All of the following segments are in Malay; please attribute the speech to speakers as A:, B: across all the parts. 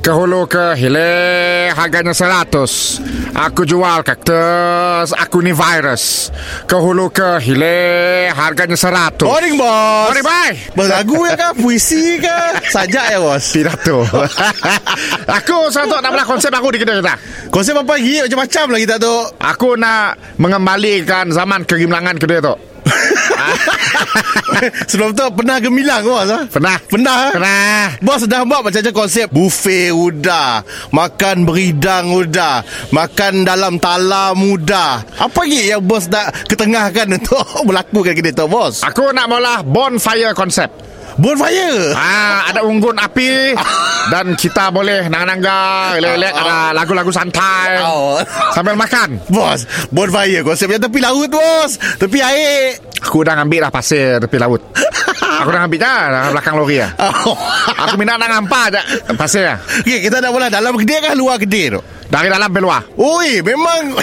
A: Ke hulu ke hilir Harganya seratus Aku jual kaktus Aku ni virus Ke hulu ke hilir Harganya seratus
B: Boring bos
A: Mari bye
B: Berlagu ya kah Puisi kah Sajak ya bos
A: Pidato Aku satu nak belah konsep aku di kedai kita
B: Konsep apa lagi Macam-macam lagi tak tu
A: Aku nak mengembalikan zaman kegemilangan kedai tu
B: Sebelum tu pernah gemilang ke bos ha?
A: Pernah
B: Pernah ha?
A: Pernah
B: Bos dah buat macam-macam konsep Buffet udah Makan beridang udah Makan dalam tala muda Apa lagi yang bos nak ketengahkan Untuk melakukan kedai tu bos
A: Aku nak mula bonfire konsep
B: Bonfire
A: Ah, ada unggun api dan kita boleh nangga-nangga, relax ada lagu-lagu santai
B: Oh.
A: sambil makan.
B: Bos Bonfire konsepnya tepi laut bos Tepi air
A: Aku dah ambil dah pasir tepi laut. Aku dah ambil dah dah belakang lori dah.
B: oh.
A: Aku minat nak nampak je pasir dah.
B: Okay, kita nak mula dalam kedai kah luar kedai tu?
A: Dari dalam peluar.
B: Oi, memang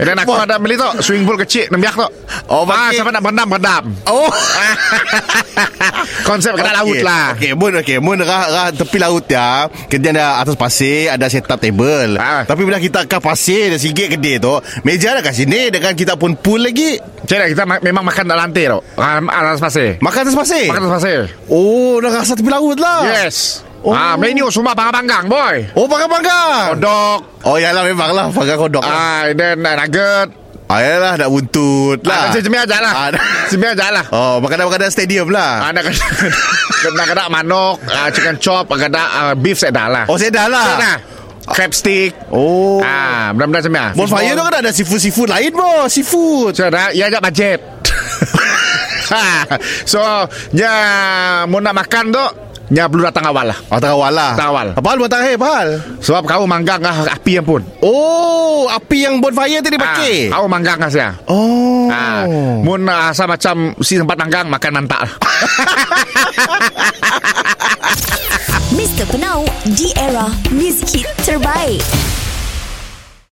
A: Eh, dan aku ada beli tu Swing pool kecil Nembiak tu
B: Oh,
A: ah,
B: pakai-
A: Siapa nak berdam Berdam
B: Oh,
A: Konsep kedai laut Ah, lah
B: Okey, mun okey, mun rah, rah tepi laut ya. Kedai ada atas pasir, ada set up table.
A: Ah.
B: Tapi bila kita ke pasir dan sikit kedai tu, meja dah kat sini dengan kita pun pool lagi.
A: Cik dah, kita ma- memang makan dalam lantai tu ah, Atas pasir
B: Makan atas pasir.
A: Makan atas pasir
B: Oh, dah rasa tepi laut lah.
A: Yes
B: Oh.
A: Ah, menu semua panggang-panggang boy
B: Oh, panggang-panggang.
A: Kodok
B: Oh, yalah memang lah panggang kodok. Ah.
A: Ah, and then uh, nugget.
B: ah yalah, nak buntut
A: Lah.
B: lah.
A: Ada cemil aja lah.
B: Ah, dah.
A: Cemil aja lah.
B: Oh, makanan-makanan stadium lah.
A: Ada kena kena kena manok, ah, chicken chop, kena ah, beef set dah lah.
B: Oh, saya dah lah.
A: set dah. Crab stick.
B: Oh.
A: Ah, benda-benda cemil.
B: Bonfire tu kan ada seafood-seafood lain bos Seafood
A: Saya dah, ia aja budget. Ha, so, ya mau nak makan tu, ya perlu datang awal lah.
B: Oh tak awal lah
A: Tak awal.
B: Apa hal buat tak hal
A: Sebab kau manggang ah, api yang pun.
B: Oh Api yang bonfire tadi
A: Ah,
B: pakai
A: kau manggang ah saya.
B: Oh
A: Ah, mun ah, asal macam si tempat manggang makan mantak lah.
C: Mr. Penau, di era music hit terbaik.